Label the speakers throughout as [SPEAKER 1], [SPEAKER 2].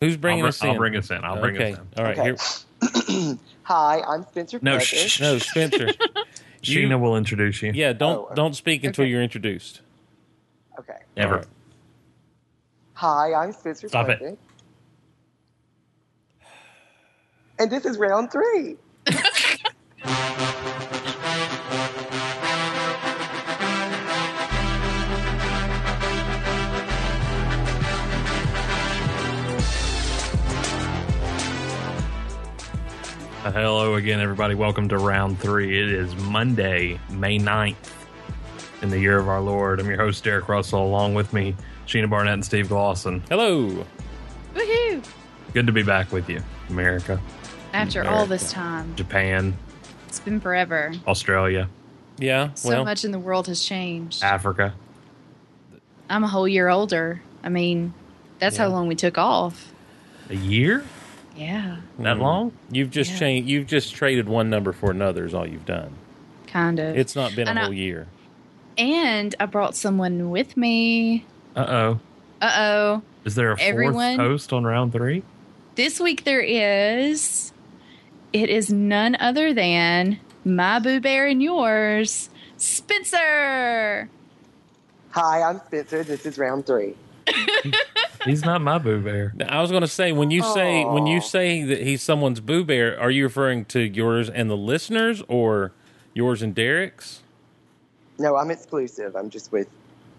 [SPEAKER 1] Who's bringing
[SPEAKER 2] I'll, br-
[SPEAKER 1] us in?
[SPEAKER 2] I'll bring us in. I'll bring
[SPEAKER 1] okay.
[SPEAKER 2] us in.
[SPEAKER 1] All right.
[SPEAKER 3] Okay.
[SPEAKER 1] Here,
[SPEAKER 3] Hi, I'm Spencer.
[SPEAKER 2] No,
[SPEAKER 3] Frederick.
[SPEAKER 2] shh, shh.
[SPEAKER 1] no, Spencer. You-
[SPEAKER 2] Sheena will introduce you.
[SPEAKER 1] Yeah. Don't
[SPEAKER 3] Oh, okay.
[SPEAKER 1] don't speak until
[SPEAKER 3] Okay.
[SPEAKER 1] you're introduced.
[SPEAKER 3] Okay.
[SPEAKER 2] Ever.
[SPEAKER 1] All right.
[SPEAKER 3] Hi, I'm Spencer.
[SPEAKER 2] Stop it.
[SPEAKER 3] Frederick. And this is round three.
[SPEAKER 2] Uh, Hello again, everybody. Welcome to round three. It is Monday, May 9th, in the year of our Lord. I'm your host, Derek Russell, along with me, Sheena Barnett and Steve Glosson.
[SPEAKER 1] Hello.
[SPEAKER 4] Woohoo!
[SPEAKER 2] Good to be back with you, America,
[SPEAKER 4] After all this time,
[SPEAKER 2] Japan,
[SPEAKER 4] it's been forever.
[SPEAKER 2] Australia,
[SPEAKER 1] Yeah.
[SPEAKER 4] So
[SPEAKER 1] well.
[SPEAKER 4] much in the world has changed.
[SPEAKER 2] Africa.
[SPEAKER 4] I'm a whole year older. I mean, that's how
[SPEAKER 1] Yeah.
[SPEAKER 4] long we took off.
[SPEAKER 2] A year?
[SPEAKER 4] Yeah,
[SPEAKER 2] That
[SPEAKER 1] Mm.
[SPEAKER 2] long?
[SPEAKER 1] You've just
[SPEAKER 4] Yeah.
[SPEAKER 1] changed. You've just traded one number for another. Is all you've done.
[SPEAKER 4] kind of.
[SPEAKER 1] It's not been
[SPEAKER 4] And
[SPEAKER 1] a
[SPEAKER 4] I-
[SPEAKER 1] whole year.
[SPEAKER 4] and I brought someone with me.
[SPEAKER 2] Uh oh.
[SPEAKER 4] Uh oh.
[SPEAKER 2] Is there a fourth
[SPEAKER 4] Everyone-
[SPEAKER 2] host on round three?
[SPEAKER 4] This week there is. It is none other than my boo bear and yours, Spencer.
[SPEAKER 3] Hi, I'm Spencer. This is round three.
[SPEAKER 2] He's not my boo bear.
[SPEAKER 1] Now, I was going to say when you say when you
[SPEAKER 3] Aw.
[SPEAKER 1] say that he's someone's boo bear, are you referring to yours and the listeners, or yours and Derek's?
[SPEAKER 3] No, I'm exclusive. I'm just with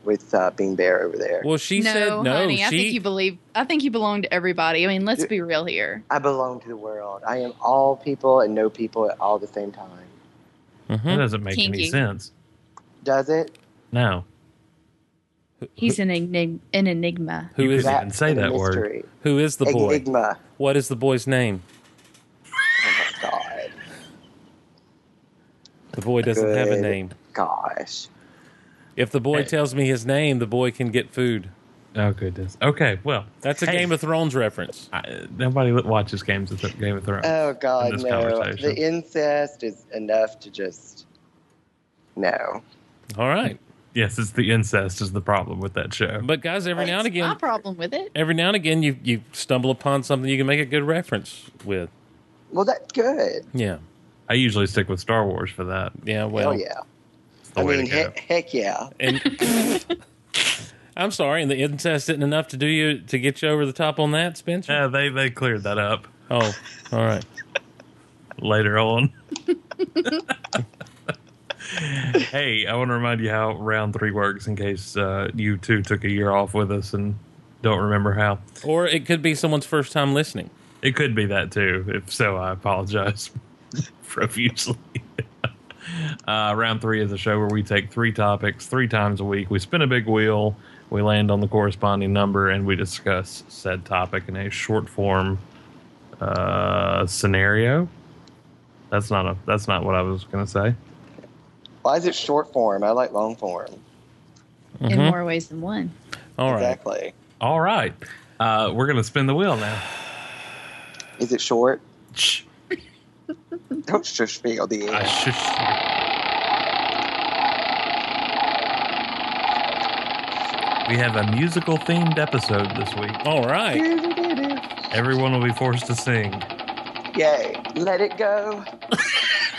[SPEAKER 3] with uh, Bean Bear over there.
[SPEAKER 1] Well, she
[SPEAKER 4] no,
[SPEAKER 1] said no.
[SPEAKER 4] honey,
[SPEAKER 1] she
[SPEAKER 4] I think you believe. I think you belong to everybody. I mean, let's be real here.
[SPEAKER 3] I belong to the world. I am all people and no people at all the same time.
[SPEAKER 2] That
[SPEAKER 1] Mhm.
[SPEAKER 2] doesn't make any
[SPEAKER 4] Kinky.
[SPEAKER 2] sense.
[SPEAKER 3] Does it?
[SPEAKER 2] No.
[SPEAKER 4] He's an, enig- an enigma.
[SPEAKER 1] Who
[SPEAKER 2] you
[SPEAKER 1] is
[SPEAKER 2] couldn't
[SPEAKER 1] it?
[SPEAKER 3] That
[SPEAKER 2] even say
[SPEAKER 3] and a
[SPEAKER 2] that word.
[SPEAKER 3] mystery.
[SPEAKER 1] who is the boy?
[SPEAKER 3] Enigma.
[SPEAKER 1] What is the boy's name?
[SPEAKER 3] Oh my god.
[SPEAKER 1] The boy doesn't have a
[SPEAKER 3] Good.
[SPEAKER 1] name.
[SPEAKER 3] Gosh.
[SPEAKER 1] If the boy
[SPEAKER 2] Hey.
[SPEAKER 1] tells me his name, the boy can get food.
[SPEAKER 2] Oh goodness. Okay, well,
[SPEAKER 1] That's a
[SPEAKER 2] Hey.
[SPEAKER 1] Game of Thrones reference.
[SPEAKER 2] I, nobody that watches games of Game of Thrones.
[SPEAKER 3] Oh
[SPEAKER 2] in
[SPEAKER 3] god,
[SPEAKER 2] this
[SPEAKER 3] no.
[SPEAKER 2] conversation.
[SPEAKER 3] The incest is enough to just no.
[SPEAKER 1] All right,
[SPEAKER 2] yes, it's the incest is the problem with that show.
[SPEAKER 1] but guys, every now and
[SPEAKER 4] That's My
[SPEAKER 1] again,
[SPEAKER 4] problem with it.
[SPEAKER 1] every now and again, you you stumble upon something you can make a good reference with.
[SPEAKER 3] Well, that's good.
[SPEAKER 1] Yeah,
[SPEAKER 2] I usually stick with Star Wars for that.
[SPEAKER 1] yeah. Well,
[SPEAKER 3] Hell yeah.
[SPEAKER 2] It's the
[SPEAKER 3] I
[SPEAKER 2] way
[SPEAKER 3] mean,
[SPEAKER 2] to go.
[SPEAKER 3] heck, heck yeah.
[SPEAKER 1] And I'm sorry, and the incest isn't enough to do you to get you over the top on that, Spencer.
[SPEAKER 2] Yeah, they they cleared that up
[SPEAKER 1] oh, all right.
[SPEAKER 2] later on. hey, I want to remind you how round three works in case uh, you two took a year off with us and don't remember how.
[SPEAKER 1] Or it could be someone's first time listening.
[SPEAKER 2] It could be that too. If so, I apologize profusely. uh, round three is a show where we take three topics three times a week. We spin a big wheel, we land on the corresponding number, and we discuss said topic in a short form uh, scenario. That's not a. That's not what I was going to say.
[SPEAKER 3] Why is it short form? I like long form.
[SPEAKER 4] in
[SPEAKER 1] Mhm.
[SPEAKER 4] more ways than one.
[SPEAKER 1] All right.
[SPEAKER 3] exactly.
[SPEAKER 2] All right, uh, we're going to spin the wheel now.
[SPEAKER 3] Is it short?
[SPEAKER 2] Shh.
[SPEAKER 3] Don't shush me on the
[SPEAKER 2] I
[SPEAKER 3] air.
[SPEAKER 2] shush you. We have a musical themed episode this week.
[SPEAKER 1] All right.
[SPEAKER 2] Everyone will be forced to sing.
[SPEAKER 3] Yay. Let it go.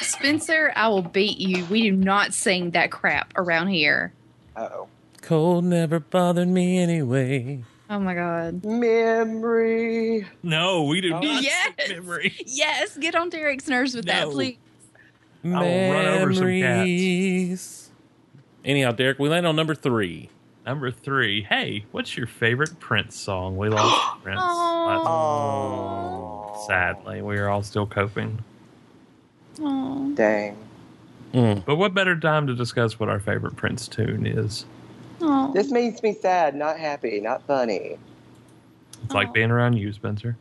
[SPEAKER 4] Spencer, I will beat you. We do not sing that crap around here.
[SPEAKER 3] Uh-oh.
[SPEAKER 1] Cold never bothered me anyway.
[SPEAKER 4] Oh my god.
[SPEAKER 3] Memory.
[SPEAKER 2] No, we do
[SPEAKER 3] Oh.
[SPEAKER 2] not.
[SPEAKER 4] Yes.
[SPEAKER 2] sing Memory.
[SPEAKER 4] Yes, get on Derek's nerves with that,
[SPEAKER 2] No.
[SPEAKER 4] please.
[SPEAKER 2] will run over some cats.
[SPEAKER 1] Memories. Anyhow, Derek, we land on number three.
[SPEAKER 2] Number three. Hey, what's your favorite Prince song? We lost Prince. last-
[SPEAKER 3] Oh.
[SPEAKER 2] Sadly, we are all still coping.
[SPEAKER 4] Oh,
[SPEAKER 3] Dang.
[SPEAKER 1] Mm.
[SPEAKER 2] But what better time to discuss what our favorite Prince tune is?
[SPEAKER 4] oh.
[SPEAKER 3] This makes me sad, not happy, not funny.
[SPEAKER 2] It's
[SPEAKER 4] Aw.
[SPEAKER 2] like being around you, Spencer.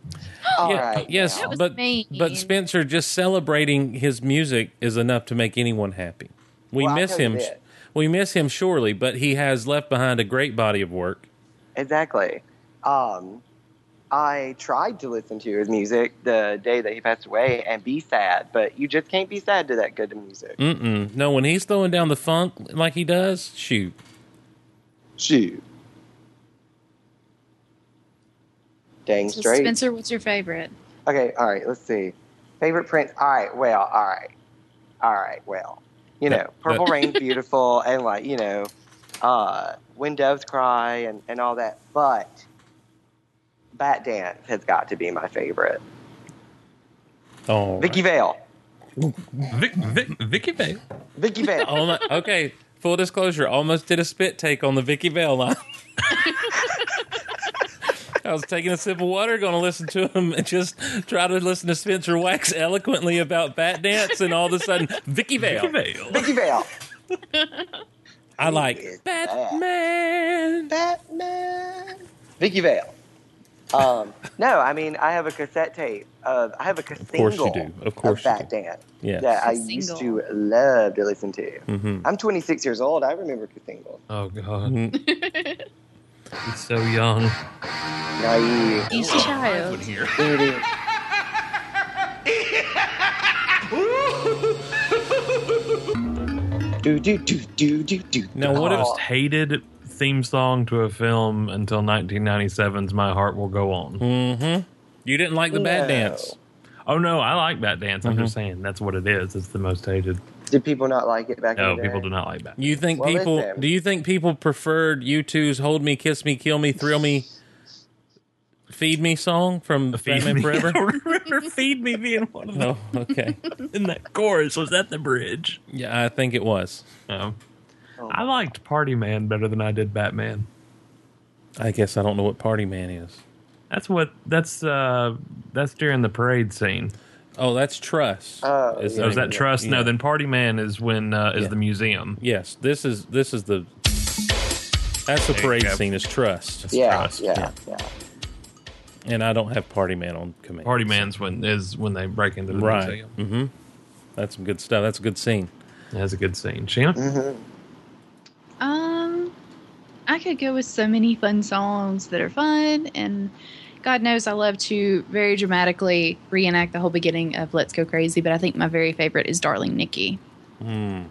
[SPEAKER 3] All right.
[SPEAKER 1] Yeah, yes,
[SPEAKER 4] That was
[SPEAKER 1] but
[SPEAKER 4] mean.
[SPEAKER 1] but Spencer just celebrating his music is enough to make anyone happy. We
[SPEAKER 3] Well, I'll
[SPEAKER 1] miss
[SPEAKER 3] tell you
[SPEAKER 1] him.
[SPEAKER 3] that.
[SPEAKER 1] We miss him surely, but he has left behind a great body of work.
[SPEAKER 3] Exactly. Um, I tried to listen to his music the day that he passed away and be sad, but you just can't be sad to that good of music.
[SPEAKER 1] Mm-mm. No, when he's throwing down the funk like he does, shoot.
[SPEAKER 3] Shoot. Dang
[SPEAKER 4] So
[SPEAKER 3] straight.
[SPEAKER 4] Spencer, what's your favorite?
[SPEAKER 3] Okay, all right, let's see. Favorite Prince. All right, well, all right. All right, well. You know,
[SPEAKER 1] That-
[SPEAKER 3] Purple Rain's beautiful and like, you know, uh When Doves Cry and, and all that, but Bat Dance has got to be my favorite.
[SPEAKER 1] Oh,
[SPEAKER 3] Vicky Vale.
[SPEAKER 2] Vic, Vic, Vicky Vale.
[SPEAKER 3] Vicky Vale.
[SPEAKER 1] Almo- okay. Full disclosure, almost did a spit take on the Vicky Vale line. I was taking a sip of water, going to listen to him, and just try to listen to Spencer wax eloquently about bat dance, and all of a sudden, Vicky Vale.
[SPEAKER 2] Vicky Vale.
[SPEAKER 3] Vicky Vale.
[SPEAKER 1] I like
[SPEAKER 3] Who is that?
[SPEAKER 1] Batman.
[SPEAKER 3] Batman. Vicky Vale. Um, no, I mean I have a cassette tape of I have a single
[SPEAKER 1] course you do. Of course you
[SPEAKER 3] Bat Dance
[SPEAKER 1] Yeah.
[SPEAKER 3] that I
[SPEAKER 4] Single.
[SPEAKER 3] used to love to listen to.
[SPEAKER 1] Mhm.
[SPEAKER 3] I'm 26 years old. I remember Casingle.
[SPEAKER 2] Oh God,
[SPEAKER 1] Mhm.
[SPEAKER 2] he's so young.
[SPEAKER 3] Naive.
[SPEAKER 4] Each
[SPEAKER 2] Oh, One
[SPEAKER 4] child.
[SPEAKER 2] here.
[SPEAKER 3] Beauty. do do do do do do. Oh,
[SPEAKER 1] Now, what
[SPEAKER 2] I
[SPEAKER 1] if-
[SPEAKER 2] just hated theme song to a film until 1997's "My Heart Will Go On."
[SPEAKER 1] Mhm. You didn't like the bat
[SPEAKER 3] No.
[SPEAKER 1] dance.
[SPEAKER 2] Oh no, I like that dance. I'm
[SPEAKER 1] Mhm.
[SPEAKER 2] just saying that's what it is. It's the most hated.
[SPEAKER 3] did people not like it back
[SPEAKER 2] No,
[SPEAKER 3] in the day?
[SPEAKER 2] people do not like that.
[SPEAKER 1] You think
[SPEAKER 3] Well,
[SPEAKER 1] people?
[SPEAKER 3] listen.
[SPEAKER 1] Do you think people preferred U2's "Hold Me, Kiss Me, Kill Me, Thrill Me"? Feed me song from Batman
[SPEAKER 2] I
[SPEAKER 1] Forever.
[SPEAKER 2] don't remember "Feed Me" being one of them.
[SPEAKER 1] Oh, okay.
[SPEAKER 2] In that chorus was that the bridge.
[SPEAKER 1] Yeah, I think it was.
[SPEAKER 2] Oh.
[SPEAKER 3] Oh.
[SPEAKER 2] I liked Party Man better than I did Batman.
[SPEAKER 1] I guess I don't know what Party Man is.
[SPEAKER 2] That's what. That's uh. That's during the parade scene.
[SPEAKER 1] Oh, that's Trust.
[SPEAKER 3] Oh,
[SPEAKER 1] Is
[SPEAKER 3] yeah.
[SPEAKER 2] Or is that trust?
[SPEAKER 1] Yeah.
[SPEAKER 2] No, then Party Man is when uh, is
[SPEAKER 1] Yeah.
[SPEAKER 2] the museum.
[SPEAKER 1] Yes, this is this is the. That's the
[SPEAKER 2] There you
[SPEAKER 1] parade
[SPEAKER 2] go.
[SPEAKER 1] scene. Is Trust,
[SPEAKER 3] Yeah,
[SPEAKER 2] Trust,
[SPEAKER 3] yeah, yeah.
[SPEAKER 1] and I don't have Party Man on command.
[SPEAKER 2] Party Man's when is when they break into the
[SPEAKER 1] right?
[SPEAKER 2] museum.
[SPEAKER 1] Mm-hmm. That's some good stuff. That's a good scene.
[SPEAKER 2] That's a good scene. Shannon,
[SPEAKER 4] Um, I could go with so many fun songs that are fun, and God knows I love to very dramatically reenact the whole beginning of Let's Go Crazy. But I think my very favorite is Darling Nikki.
[SPEAKER 1] Hmm.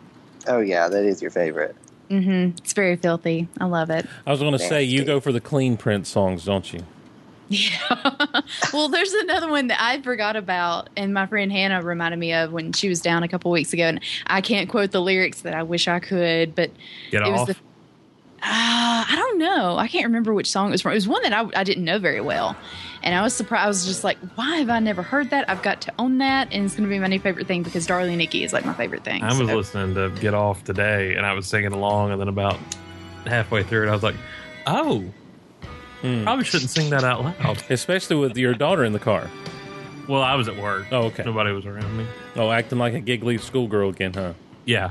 [SPEAKER 3] Oh yeah, that is your favorite.
[SPEAKER 4] Mm-hmm. It's very filthy. I love it.
[SPEAKER 1] I was going to say you
[SPEAKER 3] Nasty.
[SPEAKER 1] go for the clean print songs, don't you?
[SPEAKER 4] Yeah. well, there's another one that I forgot about, and my friend Hannah reminded me of when she was down a couple weeks ago, and I can't quote the lyrics that I wish I could, but
[SPEAKER 2] get
[SPEAKER 4] it was
[SPEAKER 2] off.
[SPEAKER 4] the. Uh, I don't know. I can't remember which song it was from. It was one that I, I didn't know very well. And I was surprised. I was just like, why have I never heard that? I've got to own that. And it's going to be my new favorite thing because Darling Nikki is like my favorite thing.
[SPEAKER 2] I was
[SPEAKER 4] So-
[SPEAKER 2] listening to Get Off today, and I was singing along, and then about halfway through it, I was like, "Oh,
[SPEAKER 1] Hmm.
[SPEAKER 2] probably shouldn't sing that out loud."
[SPEAKER 1] Especially with your daughter in the car.
[SPEAKER 2] Well, I was at work.
[SPEAKER 1] Oh, okay.
[SPEAKER 2] Nobody was around me.
[SPEAKER 1] Oh, acting like a giggly schoolgirl again, huh?
[SPEAKER 2] Yeah,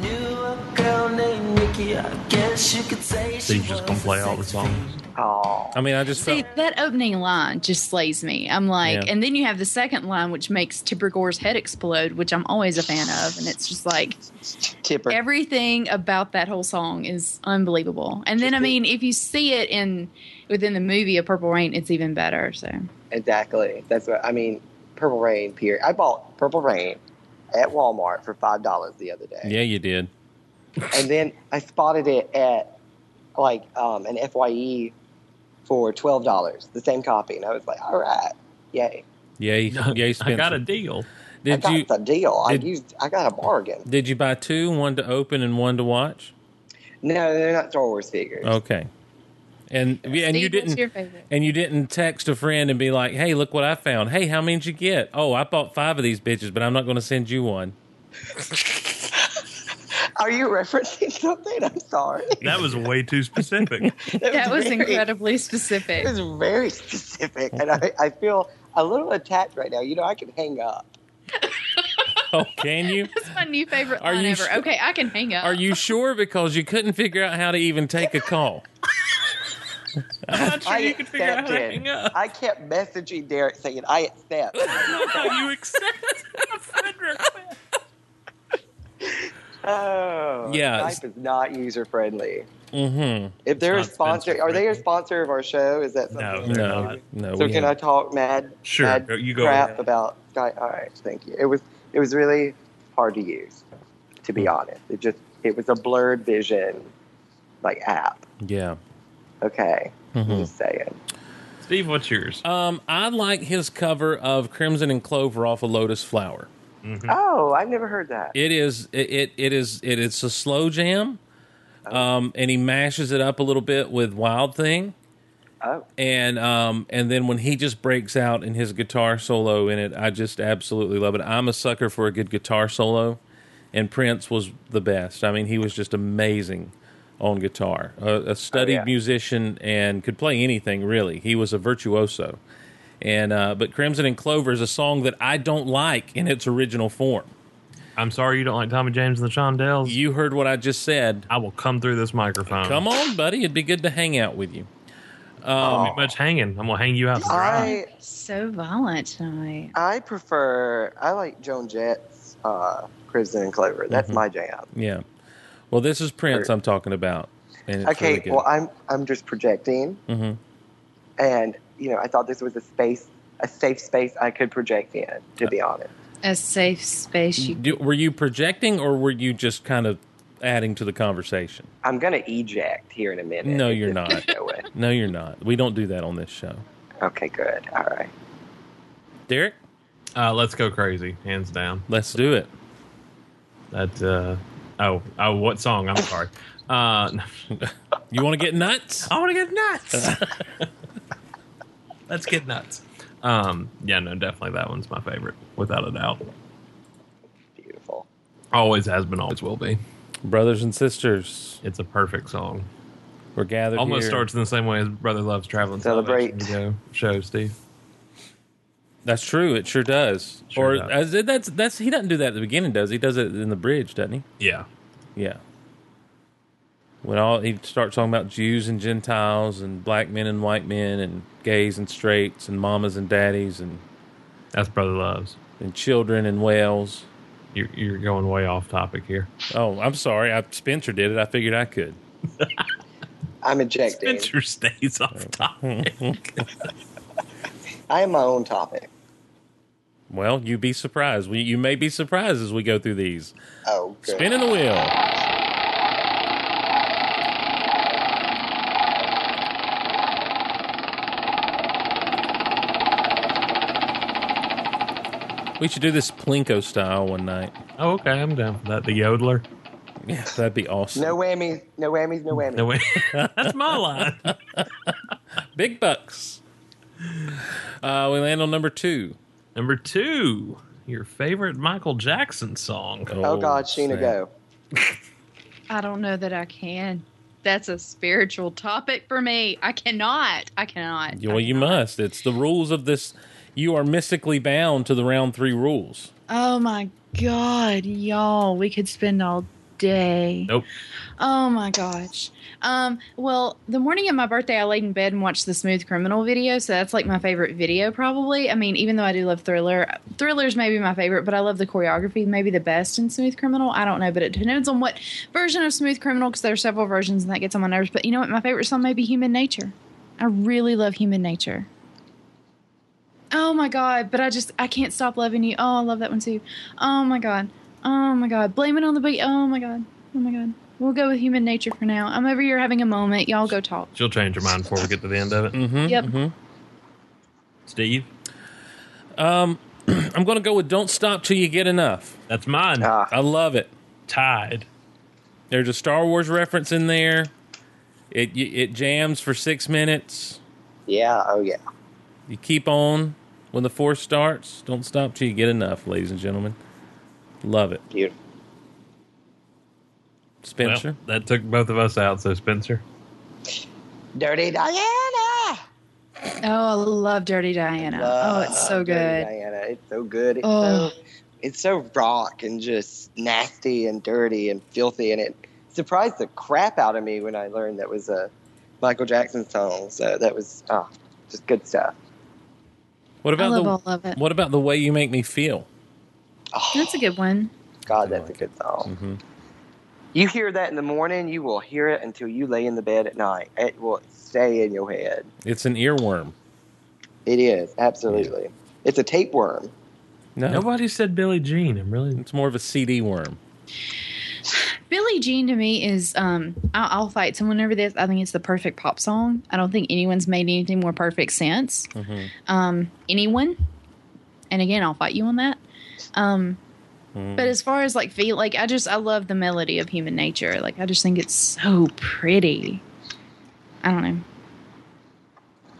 [SPEAKER 5] Knew a girl named Nikki, I guess you could say
[SPEAKER 2] so
[SPEAKER 5] she
[SPEAKER 2] you just
[SPEAKER 5] was
[SPEAKER 2] gonna
[SPEAKER 5] a
[SPEAKER 2] play all the
[SPEAKER 5] sex
[SPEAKER 2] songs.
[SPEAKER 3] Oh,
[SPEAKER 1] I mean, I just
[SPEAKER 4] See,
[SPEAKER 1] felt.
[SPEAKER 4] that opening line just slays me. I'm like,
[SPEAKER 1] Yeah.
[SPEAKER 4] and then you have the second line, which makes Tipper Gore's head explode, which I'm always a fan of. And it's just like
[SPEAKER 3] Tipper.
[SPEAKER 4] everything about that whole song is unbelievable. And then, I mean, if you see it in within the movie of Purple Rain, it's even better. So,
[SPEAKER 3] Exactly. That's what I mean. Purple Rain. Period. I bought Purple Rain at Walmart for five dollars the other day,
[SPEAKER 1] Yeah, you did.
[SPEAKER 3] and then I spotted it at like um, an Fye for twelve dollars, the same copy, and I was like, all right, yay!
[SPEAKER 1] Yay, yay,
[SPEAKER 2] I
[SPEAKER 1] Spencer.
[SPEAKER 2] got a deal.
[SPEAKER 3] I
[SPEAKER 1] Did
[SPEAKER 3] got
[SPEAKER 1] you
[SPEAKER 3] the deal.
[SPEAKER 1] did-
[SPEAKER 3] I used. I got a bargain.
[SPEAKER 1] did you buy two, one to open and one to watch?
[SPEAKER 3] No, they're not Star Wars figures.
[SPEAKER 1] Okay. And and you
[SPEAKER 4] Steve, what's
[SPEAKER 1] didn't
[SPEAKER 4] your favorite?
[SPEAKER 1] and you didn't text a friend and be like, "Hey, look what I found. Hey, how many did you get? Oh, I bought five of these bitches, but I'm not going to send you one."
[SPEAKER 3] Are you referencing something? I'm sorry.
[SPEAKER 2] That was way too specific.
[SPEAKER 4] That was
[SPEAKER 3] very-
[SPEAKER 4] incredibly
[SPEAKER 3] It
[SPEAKER 4] specific.
[SPEAKER 3] was very specific, and I, I feel a little attacked right now. You know, I can hang up.
[SPEAKER 1] Oh, can you?
[SPEAKER 4] That's my new favorite
[SPEAKER 1] Are
[SPEAKER 4] line
[SPEAKER 1] you
[SPEAKER 4] ever.
[SPEAKER 1] sure-
[SPEAKER 4] okay, I can hang up.
[SPEAKER 1] Are you sure? Because you couldn't figure out how to even take a call.
[SPEAKER 2] I'm not sure
[SPEAKER 3] I
[SPEAKER 2] you could figure out how to
[SPEAKER 3] accepted.
[SPEAKER 2] hang up.
[SPEAKER 3] I kept messaging Derek saying, I accept.
[SPEAKER 4] Oh
[SPEAKER 2] How you accept a friend request?
[SPEAKER 3] Oh,
[SPEAKER 1] Yeah.
[SPEAKER 3] Skype is not user friendly.
[SPEAKER 1] Mm-hmm.
[SPEAKER 3] If they're a
[SPEAKER 2] not
[SPEAKER 3] sponsor, are they a sponsor of our show? Is that
[SPEAKER 2] No,
[SPEAKER 3] something?
[SPEAKER 2] they're
[SPEAKER 1] No,
[SPEAKER 2] not.
[SPEAKER 1] no.
[SPEAKER 3] So
[SPEAKER 1] we
[SPEAKER 3] can I
[SPEAKER 1] have-
[SPEAKER 3] talk mad,
[SPEAKER 2] Sure,
[SPEAKER 3] mad
[SPEAKER 2] go- you go
[SPEAKER 3] crap
[SPEAKER 2] ahead.
[SPEAKER 3] about Skype? All right, thank you. It was it was really hard to use, to
[SPEAKER 2] Hmm.
[SPEAKER 3] be honest. It just it was a blurred vision, like app.
[SPEAKER 1] yeah.
[SPEAKER 3] Okay, I'm
[SPEAKER 1] Mhm.
[SPEAKER 2] Mm-hmm.
[SPEAKER 3] just saying.
[SPEAKER 2] Steve, what's yours?
[SPEAKER 1] Um, I like his cover of Crimson and Clover off of Lotus Flower.
[SPEAKER 2] Hmm.
[SPEAKER 3] Oh, I've never heard that.
[SPEAKER 1] It is it it, it is it, it's a slow jam,
[SPEAKER 3] Oh.
[SPEAKER 1] um, and he mashes it up a little bit with Wild Thing,
[SPEAKER 3] Oh,
[SPEAKER 1] and um, and then when he just breaks out in his guitar solo in it, I just absolutely love it. I'm a sucker for a good guitar solo, and Prince was the best. I mean, he was just amazing on guitar, a, a studied
[SPEAKER 3] Oh, yeah.
[SPEAKER 1] musician, and could play anything really. He was a virtuoso. And uh, but Crimson and Clover is a song that I don't like in its original form.
[SPEAKER 2] I'm sorry you don't like Tommy James and the Shondells.
[SPEAKER 1] You heard what I just said.
[SPEAKER 2] I will come through this microphone.
[SPEAKER 1] Come on, buddy. It'd be good to hang out with you.
[SPEAKER 2] Not much hanging. I'm gonna hang you out. to dry.
[SPEAKER 3] I
[SPEAKER 4] So violent tonight.
[SPEAKER 3] I prefer. I like Joan Jett's uh, Crimson and Clover. That's
[SPEAKER 1] Mm-hmm.
[SPEAKER 3] my jam.
[SPEAKER 1] Yeah. Well, this is Prince I'm talking about. And it's
[SPEAKER 3] okay,
[SPEAKER 1] really good.
[SPEAKER 3] well, I'm I'm just projecting,
[SPEAKER 1] Mhm.
[SPEAKER 3] and you know, I thought this was a space, a safe space I could project in. To be honest,
[SPEAKER 4] A safe space. You,
[SPEAKER 1] Do- were you projecting or were you just kind of adding to the conversation?
[SPEAKER 3] I'm gonna eject here in a minute.
[SPEAKER 1] No,
[SPEAKER 3] It's
[SPEAKER 1] you're
[SPEAKER 3] just
[SPEAKER 1] not.
[SPEAKER 3] gonna show it.
[SPEAKER 1] No, you're not. We don't do that on this show.
[SPEAKER 3] Okay, good. All right.
[SPEAKER 1] Derek,
[SPEAKER 2] Uh, let's go crazy, hands down.
[SPEAKER 1] let's do it.
[SPEAKER 2] That uh, oh oh, what song? I'm sorry. Uh,
[SPEAKER 1] You want to get nuts?
[SPEAKER 2] I want to get nuts. let's get nuts. Um, yeah, no, definitely that one's my favorite, without a doubt.
[SPEAKER 3] Beautiful.
[SPEAKER 2] Always has been, always will be.
[SPEAKER 1] Brothers and sisters,
[SPEAKER 2] It's a perfect song.
[SPEAKER 1] we're gathered
[SPEAKER 2] Almost
[SPEAKER 1] here.
[SPEAKER 2] starts in the same way as Brother Loves Traveling.
[SPEAKER 3] Celebrate.
[SPEAKER 2] Salvation. Here you go. Show Steve.
[SPEAKER 1] That's true. It sure does.
[SPEAKER 2] Sure
[SPEAKER 1] or
[SPEAKER 2] does.
[SPEAKER 1] uh, that's that's he doesn't do that at the beginning, does he? He Does it in the bridge, doesn't he?
[SPEAKER 2] Yeah,
[SPEAKER 1] Yeah. When all he starts talking about Jews and Gentiles and black men and white men and gays and straights and mamas and daddies and,
[SPEAKER 2] that's Brother Loves.
[SPEAKER 1] and children and whales.
[SPEAKER 2] You're, you're going way off topic here.
[SPEAKER 1] Oh, I'm sorry. I Spencer did it. I figured I could.
[SPEAKER 3] I'm ejecting.
[SPEAKER 2] Spencer stays off topic.
[SPEAKER 3] I am my own topic.
[SPEAKER 1] Well, you be surprised. We, you may be surprised as we go through these.
[SPEAKER 3] Oh, good.
[SPEAKER 1] Spinning the wheel. We should do this plinko style one night.
[SPEAKER 2] oh, okay, I'm down for that. The yodeler.
[SPEAKER 1] Yeah, that'd be awesome.
[SPEAKER 3] No whammies. No whammies. No whammies.
[SPEAKER 2] No way. that's my line.
[SPEAKER 1] Big bucks. Uh, we land on number two.
[SPEAKER 2] Number two, your favorite Michael Jackson song.
[SPEAKER 3] oh God, Sheena,
[SPEAKER 1] snap.
[SPEAKER 3] go.
[SPEAKER 1] Mm-hmm.
[SPEAKER 4] I don't know that I can. That's a spiritual topic for me. I cannot. I cannot.
[SPEAKER 1] Yeah, Well, you must. It's the rules of this. You are mystically bound to the round three rules.
[SPEAKER 4] Oh my god, y'all, we could spend all day.
[SPEAKER 2] Nope.
[SPEAKER 4] Oh my gosh. Um, well, the morning of my birthday I laid in bed and watched the Smooth Criminal video, so that's like my favorite video probably. I mean, even though I do love Thriller, Thriller's maybe my favorite, but I love the choreography maybe the best in Smooth Criminal. I don't know, but it depends on what version of Smooth Criminal cuz there are several versions and that gets on my nerves, but you know what? My favorite song may be Human Nature. I really love Human Nature. Oh my god, but I just I can't stop loving you. Oh, I love that one too. Oh my god. Oh my god. Blame it on the beat. Oh my god. Oh my god. We'll go with human nature for now. I'm over here having a moment. Y'all go talk.
[SPEAKER 2] She'll change her mind before we get to the end of it.
[SPEAKER 1] Mm-hmm,
[SPEAKER 4] Yep.
[SPEAKER 2] Steve,
[SPEAKER 1] Um, I'm going to go with "Don't Stop Till You Get Enough."
[SPEAKER 2] that's mine.
[SPEAKER 3] Ah,
[SPEAKER 1] I love it.
[SPEAKER 2] Tied.
[SPEAKER 1] There's a Star Wars reference in there. It it jams for six minutes.
[SPEAKER 3] yeah. Oh, yeah.
[SPEAKER 1] You keep on when the force starts. Don't stop till you get enough, ladies and gentlemen. Love it,
[SPEAKER 3] Beautiful.
[SPEAKER 2] Well,
[SPEAKER 1] Spencer.
[SPEAKER 2] that took both of us out. So Spencer,
[SPEAKER 3] Dirty Diana.
[SPEAKER 4] Oh, I love Dirty Diana. oh, it's so
[SPEAKER 3] Love Dirty
[SPEAKER 4] good.
[SPEAKER 3] Diana. It's so good. It's
[SPEAKER 4] Oh.
[SPEAKER 3] so it's so rock and just nasty and dirty and filthy, and it surprised the crap out of me when I learned that was a Michael Jackson song. So that was oh, just good stuff.
[SPEAKER 1] what
[SPEAKER 4] I
[SPEAKER 1] about
[SPEAKER 4] love
[SPEAKER 1] the
[SPEAKER 4] all of it.
[SPEAKER 1] what about the way you make me feel?
[SPEAKER 3] Oh,
[SPEAKER 4] That's a good one.
[SPEAKER 3] God, that's a good song.
[SPEAKER 1] Mm-hmm.
[SPEAKER 3] You hear that in the morning, you will hear it until you lay in the bed at night. It will stay in your head.
[SPEAKER 1] It's an earworm.
[SPEAKER 3] It is absolutely. It's a tapeworm.
[SPEAKER 1] No,
[SPEAKER 2] nobody said Billie Jean. I'm really
[SPEAKER 1] it's more of a CD worm.
[SPEAKER 4] Billie Jean to me is um I'll, I'll fight someone over this. I think it's the perfect pop song. I don't think anyone's made anything more perfect since
[SPEAKER 2] Mm-hmm.
[SPEAKER 4] um anyone. And again, I'll fight you on that. Um
[SPEAKER 2] Mm.
[SPEAKER 4] but as far as like feel like I just I love the melody of human nature. Like I just think it's so pretty. I don't know.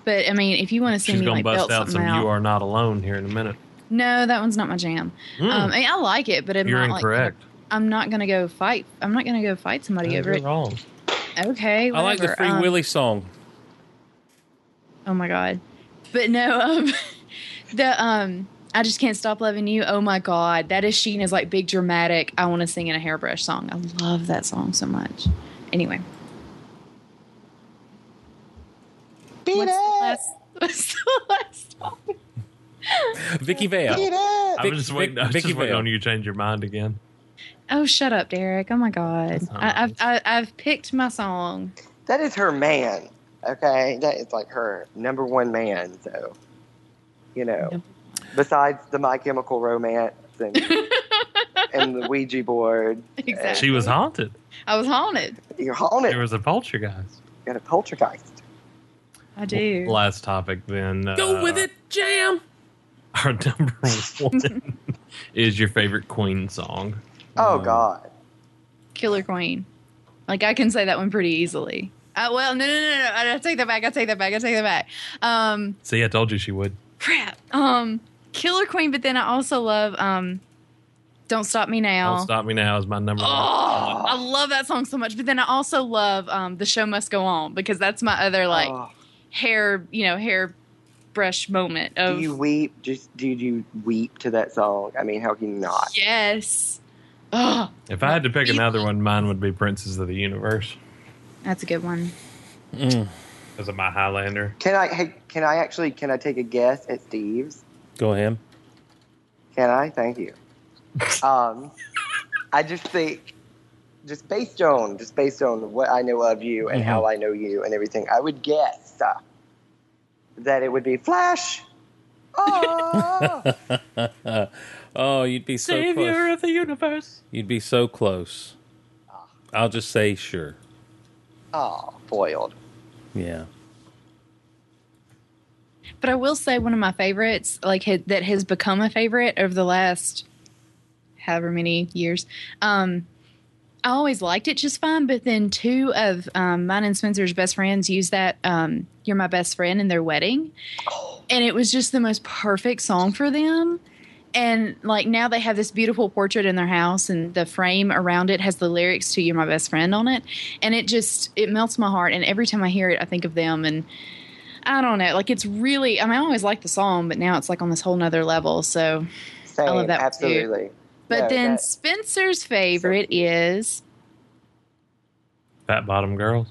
[SPEAKER 4] But I mean, if you want to see
[SPEAKER 2] She's
[SPEAKER 4] me
[SPEAKER 2] gonna
[SPEAKER 4] like belt
[SPEAKER 2] bust out
[SPEAKER 4] something
[SPEAKER 2] some
[SPEAKER 4] out,
[SPEAKER 2] "You Are Not Alone" here in a minute.
[SPEAKER 4] no, that one's not my jam.
[SPEAKER 2] Mm,
[SPEAKER 4] Um, I mean, I like it, but I'm
[SPEAKER 2] you're
[SPEAKER 4] not like
[SPEAKER 2] incorrect.
[SPEAKER 4] I'm not gonna go fight. I'm not gonna go fight somebody
[SPEAKER 2] No,
[SPEAKER 4] over
[SPEAKER 2] you're
[SPEAKER 4] it.
[SPEAKER 2] wrong.
[SPEAKER 4] Okay,
[SPEAKER 1] I like the
[SPEAKER 4] whatever.
[SPEAKER 1] Free
[SPEAKER 4] Um,
[SPEAKER 1] Willy song.
[SPEAKER 4] Oh my god, but no, um, the um, I just can't stop loving you. Oh my god, that is Sheen is like big dramatic. I want to sing in a hairbrush song. I love that song so much. Anyway,
[SPEAKER 3] Beat
[SPEAKER 4] what's the
[SPEAKER 3] it!
[SPEAKER 4] last? What's the last song?
[SPEAKER 1] Vicky
[SPEAKER 3] Beat
[SPEAKER 1] Vale.
[SPEAKER 3] it!
[SPEAKER 2] I was just waiting. I was
[SPEAKER 1] Vic-
[SPEAKER 2] just
[SPEAKER 1] Vicky
[SPEAKER 2] waiting
[SPEAKER 1] Vale.
[SPEAKER 2] on you to change your mind again.
[SPEAKER 4] Oh, shut up, Derek. Oh my god, I, I've I, I've picked my song.
[SPEAKER 3] That is her man. Okay, that is like her number one man. So, you know,
[SPEAKER 4] Yep.
[SPEAKER 3] besides the My Chemical Romance and and the Ouija board,
[SPEAKER 4] Exactly.
[SPEAKER 2] She was haunted.
[SPEAKER 4] I was haunted.
[SPEAKER 3] you're on it.
[SPEAKER 2] There was a poltergeist.
[SPEAKER 3] Got a poltergeist.
[SPEAKER 4] I do.
[SPEAKER 2] Last topic, then. uh,
[SPEAKER 1] Go with it, jam.
[SPEAKER 2] Our number one is your favorite Queen song.
[SPEAKER 3] Oh
[SPEAKER 1] Um,
[SPEAKER 3] God.
[SPEAKER 4] Killer Queen. Like I can say that one pretty easily. Uh, well, no, no, no, no. I I take that back. I take that back. I take that back. Um,
[SPEAKER 2] See, I told you she would.
[SPEAKER 4] crap. Um, Killer Queen. But then I also love um, Don't Stop Me Now.
[SPEAKER 2] Don't stop me now is my number
[SPEAKER 4] Oh,
[SPEAKER 2] one.
[SPEAKER 4] I love that song so much. But then I also love um, The Show Must Go On because that's my other like
[SPEAKER 3] Oh,
[SPEAKER 4] hair, you know, hair brush moment
[SPEAKER 3] do
[SPEAKER 4] of
[SPEAKER 3] you weep? Just do you weep to that song? I mean, how can you not?
[SPEAKER 4] yes. Oh,
[SPEAKER 2] If I had to pick another one, mine would be Princess of the Universe
[SPEAKER 4] that's a good one.
[SPEAKER 1] Mm.
[SPEAKER 2] because of my Highlander.
[SPEAKER 3] Can I? Hey, can I actually? Can I take a guess at Steve's?
[SPEAKER 1] Go ahead.
[SPEAKER 3] Can I? Thank you. Um, I just think, just based on, just based on what I know of you and how I know you and everything, I would guess uh, that it would be Flash. Oh,
[SPEAKER 1] oh, you'd be so
[SPEAKER 2] Savior
[SPEAKER 1] close.
[SPEAKER 2] of the Universe.
[SPEAKER 1] You'd be so close. I'll just say sure.
[SPEAKER 3] oh, foiled.
[SPEAKER 1] Yeah.
[SPEAKER 4] But I will say one of my favorites, like ha- that has become a favorite over the last however many years. Um, I always liked it just fine, but then two of um, mine and Spencer's best friends used that um, "You're My Best Friend" in their wedding, and it was just the most perfect song for them. And like now they have this beautiful portrait in their house, and the frame around it has the lyrics to "You're My Best Friend" on it, and it just it melts my heart. And every time I hear it, I think of them and. I don't know. Like it's really. I mean, I always liked the song, but now it's like on this whole nother level. So,
[SPEAKER 3] Same,
[SPEAKER 4] love that one, too.
[SPEAKER 3] absolutely.
[SPEAKER 4] but
[SPEAKER 3] No,
[SPEAKER 4] then
[SPEAKER 3] that-
[SPEAKER 4] Spencer's favorite is
[SPEAKER 2] Fat Bottom Girls.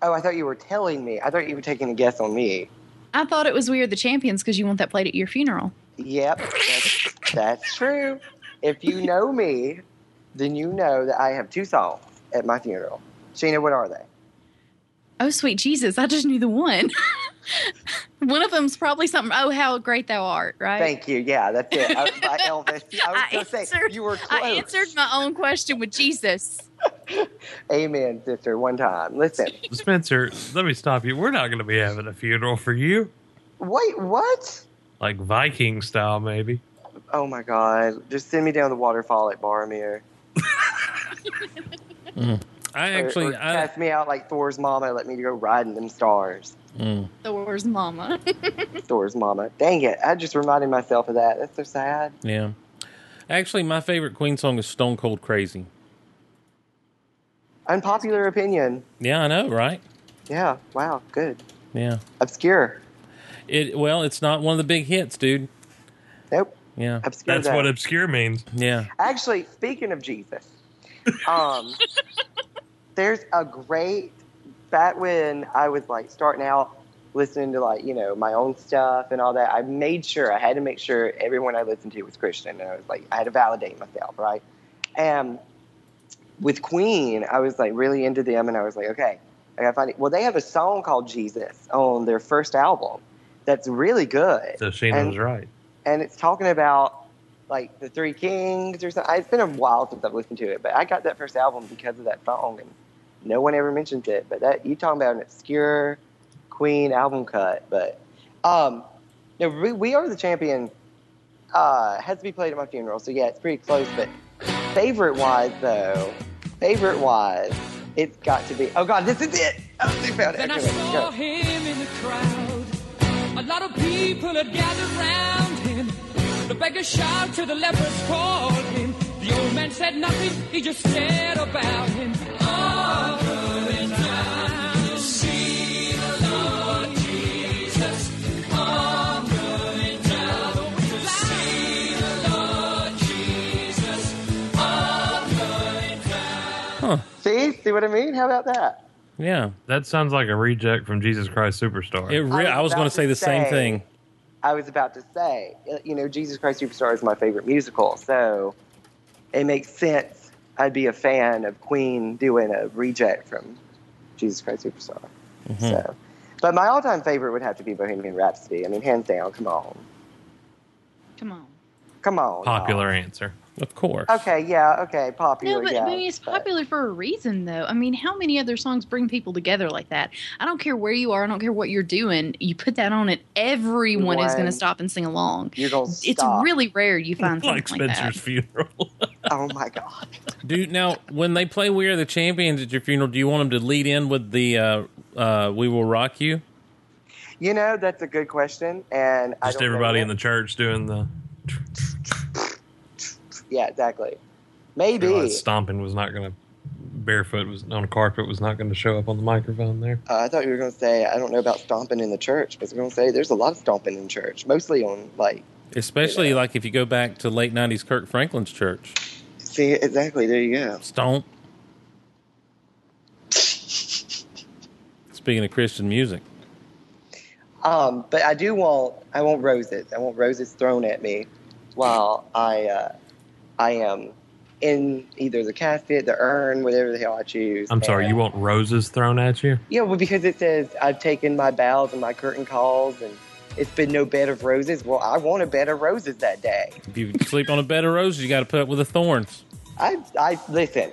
[SPEAKER 3] oh, I thought you were telling me. I thought you were taking a guess on me.
[SPEAKER 4] I thought it was We Are the Champions because you want that played at your funeral.
[SPEAKER 3] Yep, that's, that's true. If you know me, then you know that I have two songs at my funeral. Sheena, what are they?
[SPEAKER 4] Oh, sweet Jesus! I just knew the one. one of them's probably something. Oh, how great thou art! Right.
[SPEAKER 3] Thank you. Yeah, that's it. I, by Elvis. I was
[SPEAKER 4] I
[SPEAKER 3] going to say
[SPEAKER 4] answered-
[SPEAKER 3] you were close.
[SPEAKER 4] I answered my own question with Jesus.
[SPEAKER 3] Amen, sister. One time. Listen.
[SPEAKER 2] Spencer, let me stop you. We're not going to be having a funeral for you,
[SPEAKER 3] Wait, what?
[SPEAKER 2] like Viking style, maybe.
[SPEAKER 3] Oh my God! Just send me down the waterfall at Boromir.
[SPEAKER 1] I
[SPEAKER 3] Or-
[SPEAKER 1] actually,
[SPEAKER 3] or
[SPEAKER 1] I,
[SPEAKER 3] cast me out like Thor's mama. Let me go riding them stars.
[SPEAKER 1] mm,
[SPEAKER 4] Thor's mama.
[SPEAKER 3] Thor's mama. Dang it! I just reminded myself of that. That's so sad.
[SPEAKER 1] yeah. Actually, my favorite Queen song is Stone Cold Crazy.
[SPEAKER 3] Unpopular opinion.
[SPEAKER 1] Yeah, I know, right?
[SPEAKER 3] Yeah. Wow. Good.
[SPEAKER 1] Yeah.
[SPEAKER 3] Obscure.
[SPEAKER 1] It well, it's not one of the big hits, dude.
[SPEAKER 3] Nope.
[SPEAKER 1] Yeah.
[SPEAKER 3] Obscure.
[SPEAKER 2] That's
[SPEAKER 3] that.
[SPEAKER 2] what obscure means.
[SPEAKER 1] Yeah.
[SPEAKER 3] Actually, speaking of Jesus, um, there's a great back when I was like starting out listening to like you know my own stuff and all that. I made sure I had to make sure everyone I listened to was Christian, and I was like I had to validate myself, right? And with Queen, I was like really into them, and I was like, okay, I gotta find it. Well, they have a song called Jesus on their first album that's really good
[SPEAKER 2] So Sheena
[SPEAKER 3] And-
[SPEAKER 2] was right.
[SPEAKER 3] and it's talking about like the Three Kings or something. It's been a while since I've listened to it, but I got that first album because of that song, and no one ever mentions it. But that you talking about an obscure Queen album cut, but um, no, we, we are the champion. Uh, has to be played at my funeral, so yeah, it's pretty close. But favorite wise, though, favorite wise, it's got to be. Oh God, this is it! Oh, they found it.
[SPEAKER 6] Then I
[SPEAKER 3] Okay, wait, go.
[SPEAKER 6] saw him in the crowd. A lot of people had gathered round him. The beggar shouted to the lepers, called him. The old man said nothing, he just stared about him. Oh, good and time to see the Lord Jesus. Oh, good and time to see the Lord Jesus. Oh, good and time.
[SPEAKER 3] See, see what I mean? How about that?
[SPEAKER 1] Yeah.
[SPEAKER 2] That sounds like a reject from Jesus Christ Superstar.
[SPEAKER 1] It re- I was,
[SPEAKER 3] was about
[SPEAKER 1] going to say
[SPEAKER 3] to
[SPEAKER 1] the same
[SPEAKER 3] say-
[SPEAKER 1] thing.
[SPEAKER 3] I was about to say, uh, you know, Jesus Christ Superstar is my favorite musical, so it makes sense I'd be a fan of Queen doing a reject from Jesus Christ Superstar.
[SPEAKER 2] Mm-hmm.
[SPEAKER 3] So, but my all-time favorite would have to be Bohemian Rhapsody. I mean, hands down. Come on,
[SPEAKER 4] Come on.
[SPEAKER 3] come on. y'all.
[SPEAKER 2] Popular answer.
[SPEAKER 1] Of course.
[SPEAKER 3] Okay, yeah, okay, popular.
[SPEAKER 4] No, but
[SPEAKER 3] yeah,
[SPEAKER 4] I mean, it's
[SPEAKER 3] but-
[SPEAKER 4] popular for a reason, though. I mean, how many other songs bring people together like that? I don't care where you are. I don't care what you're doing. You put that on, and everyone is going
[SPEAKER 3] One.
[SPEAKER 4] to stop and sing along.
[SPEAKER 3] You're gonna
[SPEAKER 4] It's
[SPEAKER 3] stop.
[SPEAKER 4] really rare you find something
[SPEAKER 2] Like
[SPEAKER 4] like,
[SPEAKER 2] Spencer's
[SPEAKER 4] that.
[SPEAKER 2] funeral.
[SPEAKER 3] Oh my god.
[SPEAKER 1] Do now when they play "We Are the Champions" at your funeral, do you want them to lead in with the uh, uh, "We Will Rock You"?
[SPEAKER 3] You know, that's a good question, and I
[SPEAKER 2] Just
[SPEAKER 3] don't know
[SPEAKER 2] everybody
[SPEAKER 3] yet.
[SPEAKER 2] in the church doing the
[SPEAKER 3] yeah, exactly. Maybe.
[SPEAKER 2] realized stomping was not going to barefoot was on a carpet was not going to show up on the microphone there.
[SPEAKER 3] Uh, I thought you were going to say, I don't know about stomping in the church, but I was going to say there's a lot of stomping in church, mostly on like,
[SPEAKER 1] Especially like if you go back to late '90s Kirk Franklin's church.
[SPEAKER 3] see, exactly, there you go.
[SPEAKER 1] Stomp. Speaking of Christian music,
[SPEAKER 3] Um, but I do want, I want roses. I want roses thrown at me while I, uh, I am in either the casket, the urn, whatever the hell I choose.
[SPEAKER 2] I'm sorry,
[SPEAKER 3] And-
[SPEAKER 2] you want roses thrown at you?
[SPEAKER 3] Yeah, well, because it says I've taken my bows and my curtain calls, and it's been no bed of roses. Well, I want a bed of roses that day.
[SPEAKER 1] if you sleep on a bed of roses, you got to put up with the thorns.
[SPEAKER 3] I, I listen.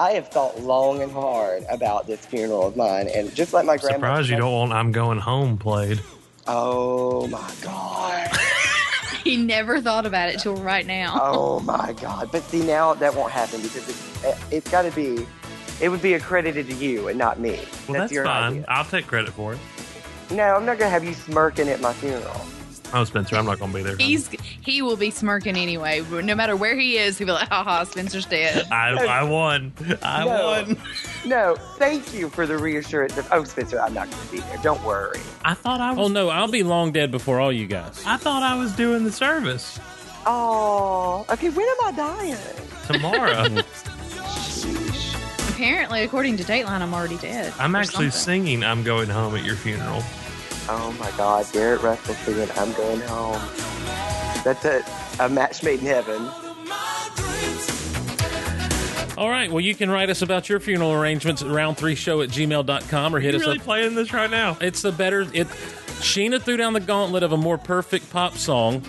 [SPEAKER 3] I have thought long and hard about this funeral of mine, and just like my grandma.
[SPEAKER 2] Surprised you don't want I'm going home played.
[SPEAKER 3] Oh my god!
[SPEAKER 4] He never thought about it till right now.
[SPEAKER 3] Oh my god! But see, now that won't happen because it's, it's got to be. It would be accredited to you and not me.
[SPEAKER 2] Well, that's,
[SPEAKER 3] your
[SPEAKER 2] fine.
[SPEAKER 3] idea.
[SPEAKER 2] I'll take credit for it.
[SPEAKER 3] No, I'm not gonna have you smirking at my funeral.
[SPEAKER 2] Oh, Spencer, I'm not going to be there.
[SPEAKER 4] He's he will be smirking anyway. No matter where he is, he'll be like, "Ha Spencer's dead."
[SPEAKER 2] I, I won. I
[SPEAKER 3] No.
[SPEAKER 2] won.
[SPEAKER 3] No, thank you for the reassurance. Of, oh, Spencer, I'm not gonna be there. Don't worry.
[SPEAKER 2] I thought I
[SPEAKER 1] Oh
[SPEAKER 2] was.
[SPEAKER 1] no, I'll be long dead before all you guys.
[SPEAKER 2] I thought I was doing the service
[SPEAKER 3] Oh, okay. When am I dying?
[SPEAKER 2] tomorrow.
[SPEAKER 4] Apparently, according to Dateline, I'm already dead.
[SPEAKER 2] I'm
[SPEAKER 4] or
[SPEAKER 2] actually
[SPEAKER 4] something.
[SPEAKER 2] singing "I'm Going Home" at your funeral.
[SPEAKER 3] Oh my God, Garrett Russell singing "I'm Going Home." That's a, a match made in heaven.
[SPEAKER 1] All right, well, you can write us about your funeral arrangements at round3show at gmail.com or hit
[SPEAKER 2] You
[SPEAKER 1] us
[SPEAKER 2] really
[SPEAKER 1] up.
[SPEAKER 2] playing this right now?
[SPEAKER 1] It's the better. It. Sheena threw down the gauntlet of a more perfect pop song,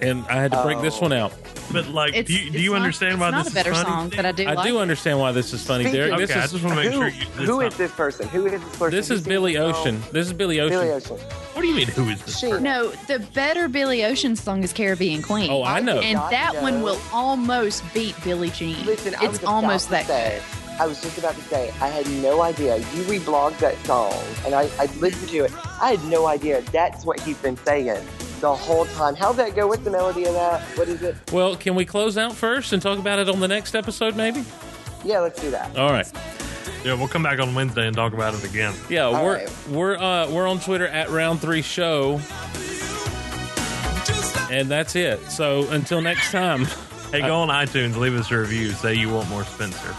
[SPEAKER 1] and I had to break this
[SPEAKER 3] Oh.
[SPEAKER 1] one out.
[SPEAKER 2] But like,
[SPEAKER 4] It's,
[SPEAKER 2] do you, do
[SPEAKER 4] it's
[SPEAKER 2] you
[SPEAKER 4] not-
[SPEAKER 2] understand
[SPEAKER 4] it's
[SPEAKER 2] why
[SPEAKER 4] not
[SPEAKER 2] this
[SPEAKER 4] a better
[SPEAKER 2] is funny?
[SPEAKER 4] song, but I do.
[SPEAKER 1] I
[SPEAKER 4] like
[SPEAKER 1] do
[SPEAKER 4] it.
[SPEAKER 1] understand why this is funny,
[SPEAKER 3] Oh. Speaking-
[SPEAKER 1] Derek.
[SPEAKER 2] Okay,
[SPEAKER 1] This
[SPEAKER 2] I
[SPEAKER 1] is
[SPEAKER 2] just want to make
[SPEAKER 3] who,
[SPEAKER 2] sure. You, it's
[SPEAKER 3] who
[SPEAKER 2] not-
[SPEAKER 3] is this person? Who is this person?
[SPEAKER 1] this
[SPEAKER 3] You
[SPEAKER 1] is
[SPEAKER 3] see
[SPEAKER 1] Billy
[SPEAKER 3] this song?
[SPEAKER 1] Ocean. This is Billy Ocean.
[SPEAKER 3] Billy Ocean.
[SPEAKER 2] What do you mean? Who is this?
[SPEAKER 3] She-
[SPEAKER 2] person?
[SPEAKER 4] No, the better Billy Ocean song is Caribbean Queen.
[SPEAKER 1] Oh, I know.
[SPEAKER 4] And
[SPEAKER 3] I
[SPEAKER 4] that
[SPEAKER 3] know.
[SPEAKER 4] one will almost beat Billy Jean.
[SPEAKER 3] Listen, I was
[SPEAKER 4] it's
[SPEAKER 3] about
[SPEAKER 4] almost
[SPEAKER 3] to
[SPEAKER 4] that good.
[SPEAKER 3] say, I was just about to say, I had no idea. You reblogged that song, and I, I listened to it. I had no idea. That's what he's been saying the whole time. How'd that go? What's the melody of that? What is it?
[SPEAKER 1] Well, can we close out first and talk about it on the next episode, maybe?
[SPEAKER 3] Yeah, let's do that.
[SPEAKER 1] All right.
[SPEAKER 2] Yeah, we'll come back on Wednesday and talk about it again.
[SPEAKER 1] Yeah,
[SPEAKER 3] All
[SPEAKER 1] we're
[SPEAKER 3] right.
[SPEAKER 1] we're uh, we're on Twitter at Round Three Show, and that's it. So until next time,
[SPEAKER 2] Hey,
[SPEAKER 4] Uh,
[SPEAKER 2] go on iTunes, leave us a review, say you want more Spencer.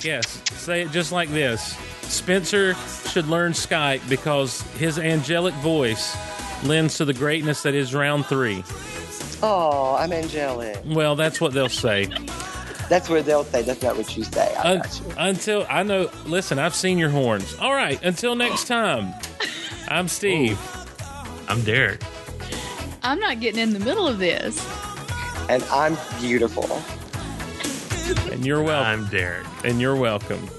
[SPEAKER 1] yes, say it just like this: Spencer should learn Skype because his angelic voice lends to the greatness that is Round Three.
[SPEAKER 3] Oh, I'm angelic.
[SPEAKER 1] Well, that's what they'll say.
[SPEAKER 3] That's what they'll say. That's not what you say. I
[SPEAKER 1] Un-
[SPEAKER 3] got you.
[SPEAKER 1] until I know, listen, I've seen your horns. All right, until next time. I'm Steve.
[SPEAKER 2] I'm Derek.
[SPEAKER 4] I'm not getting in the middle of this.
[SPEAKER 7] and I'm beautiful.
[SPEAKER 1] And you're welcome.
[SPEAKER 3] I'm Derek.
[SPEAKER 4] Oh.
[SPEAKER 1] And you're welcome.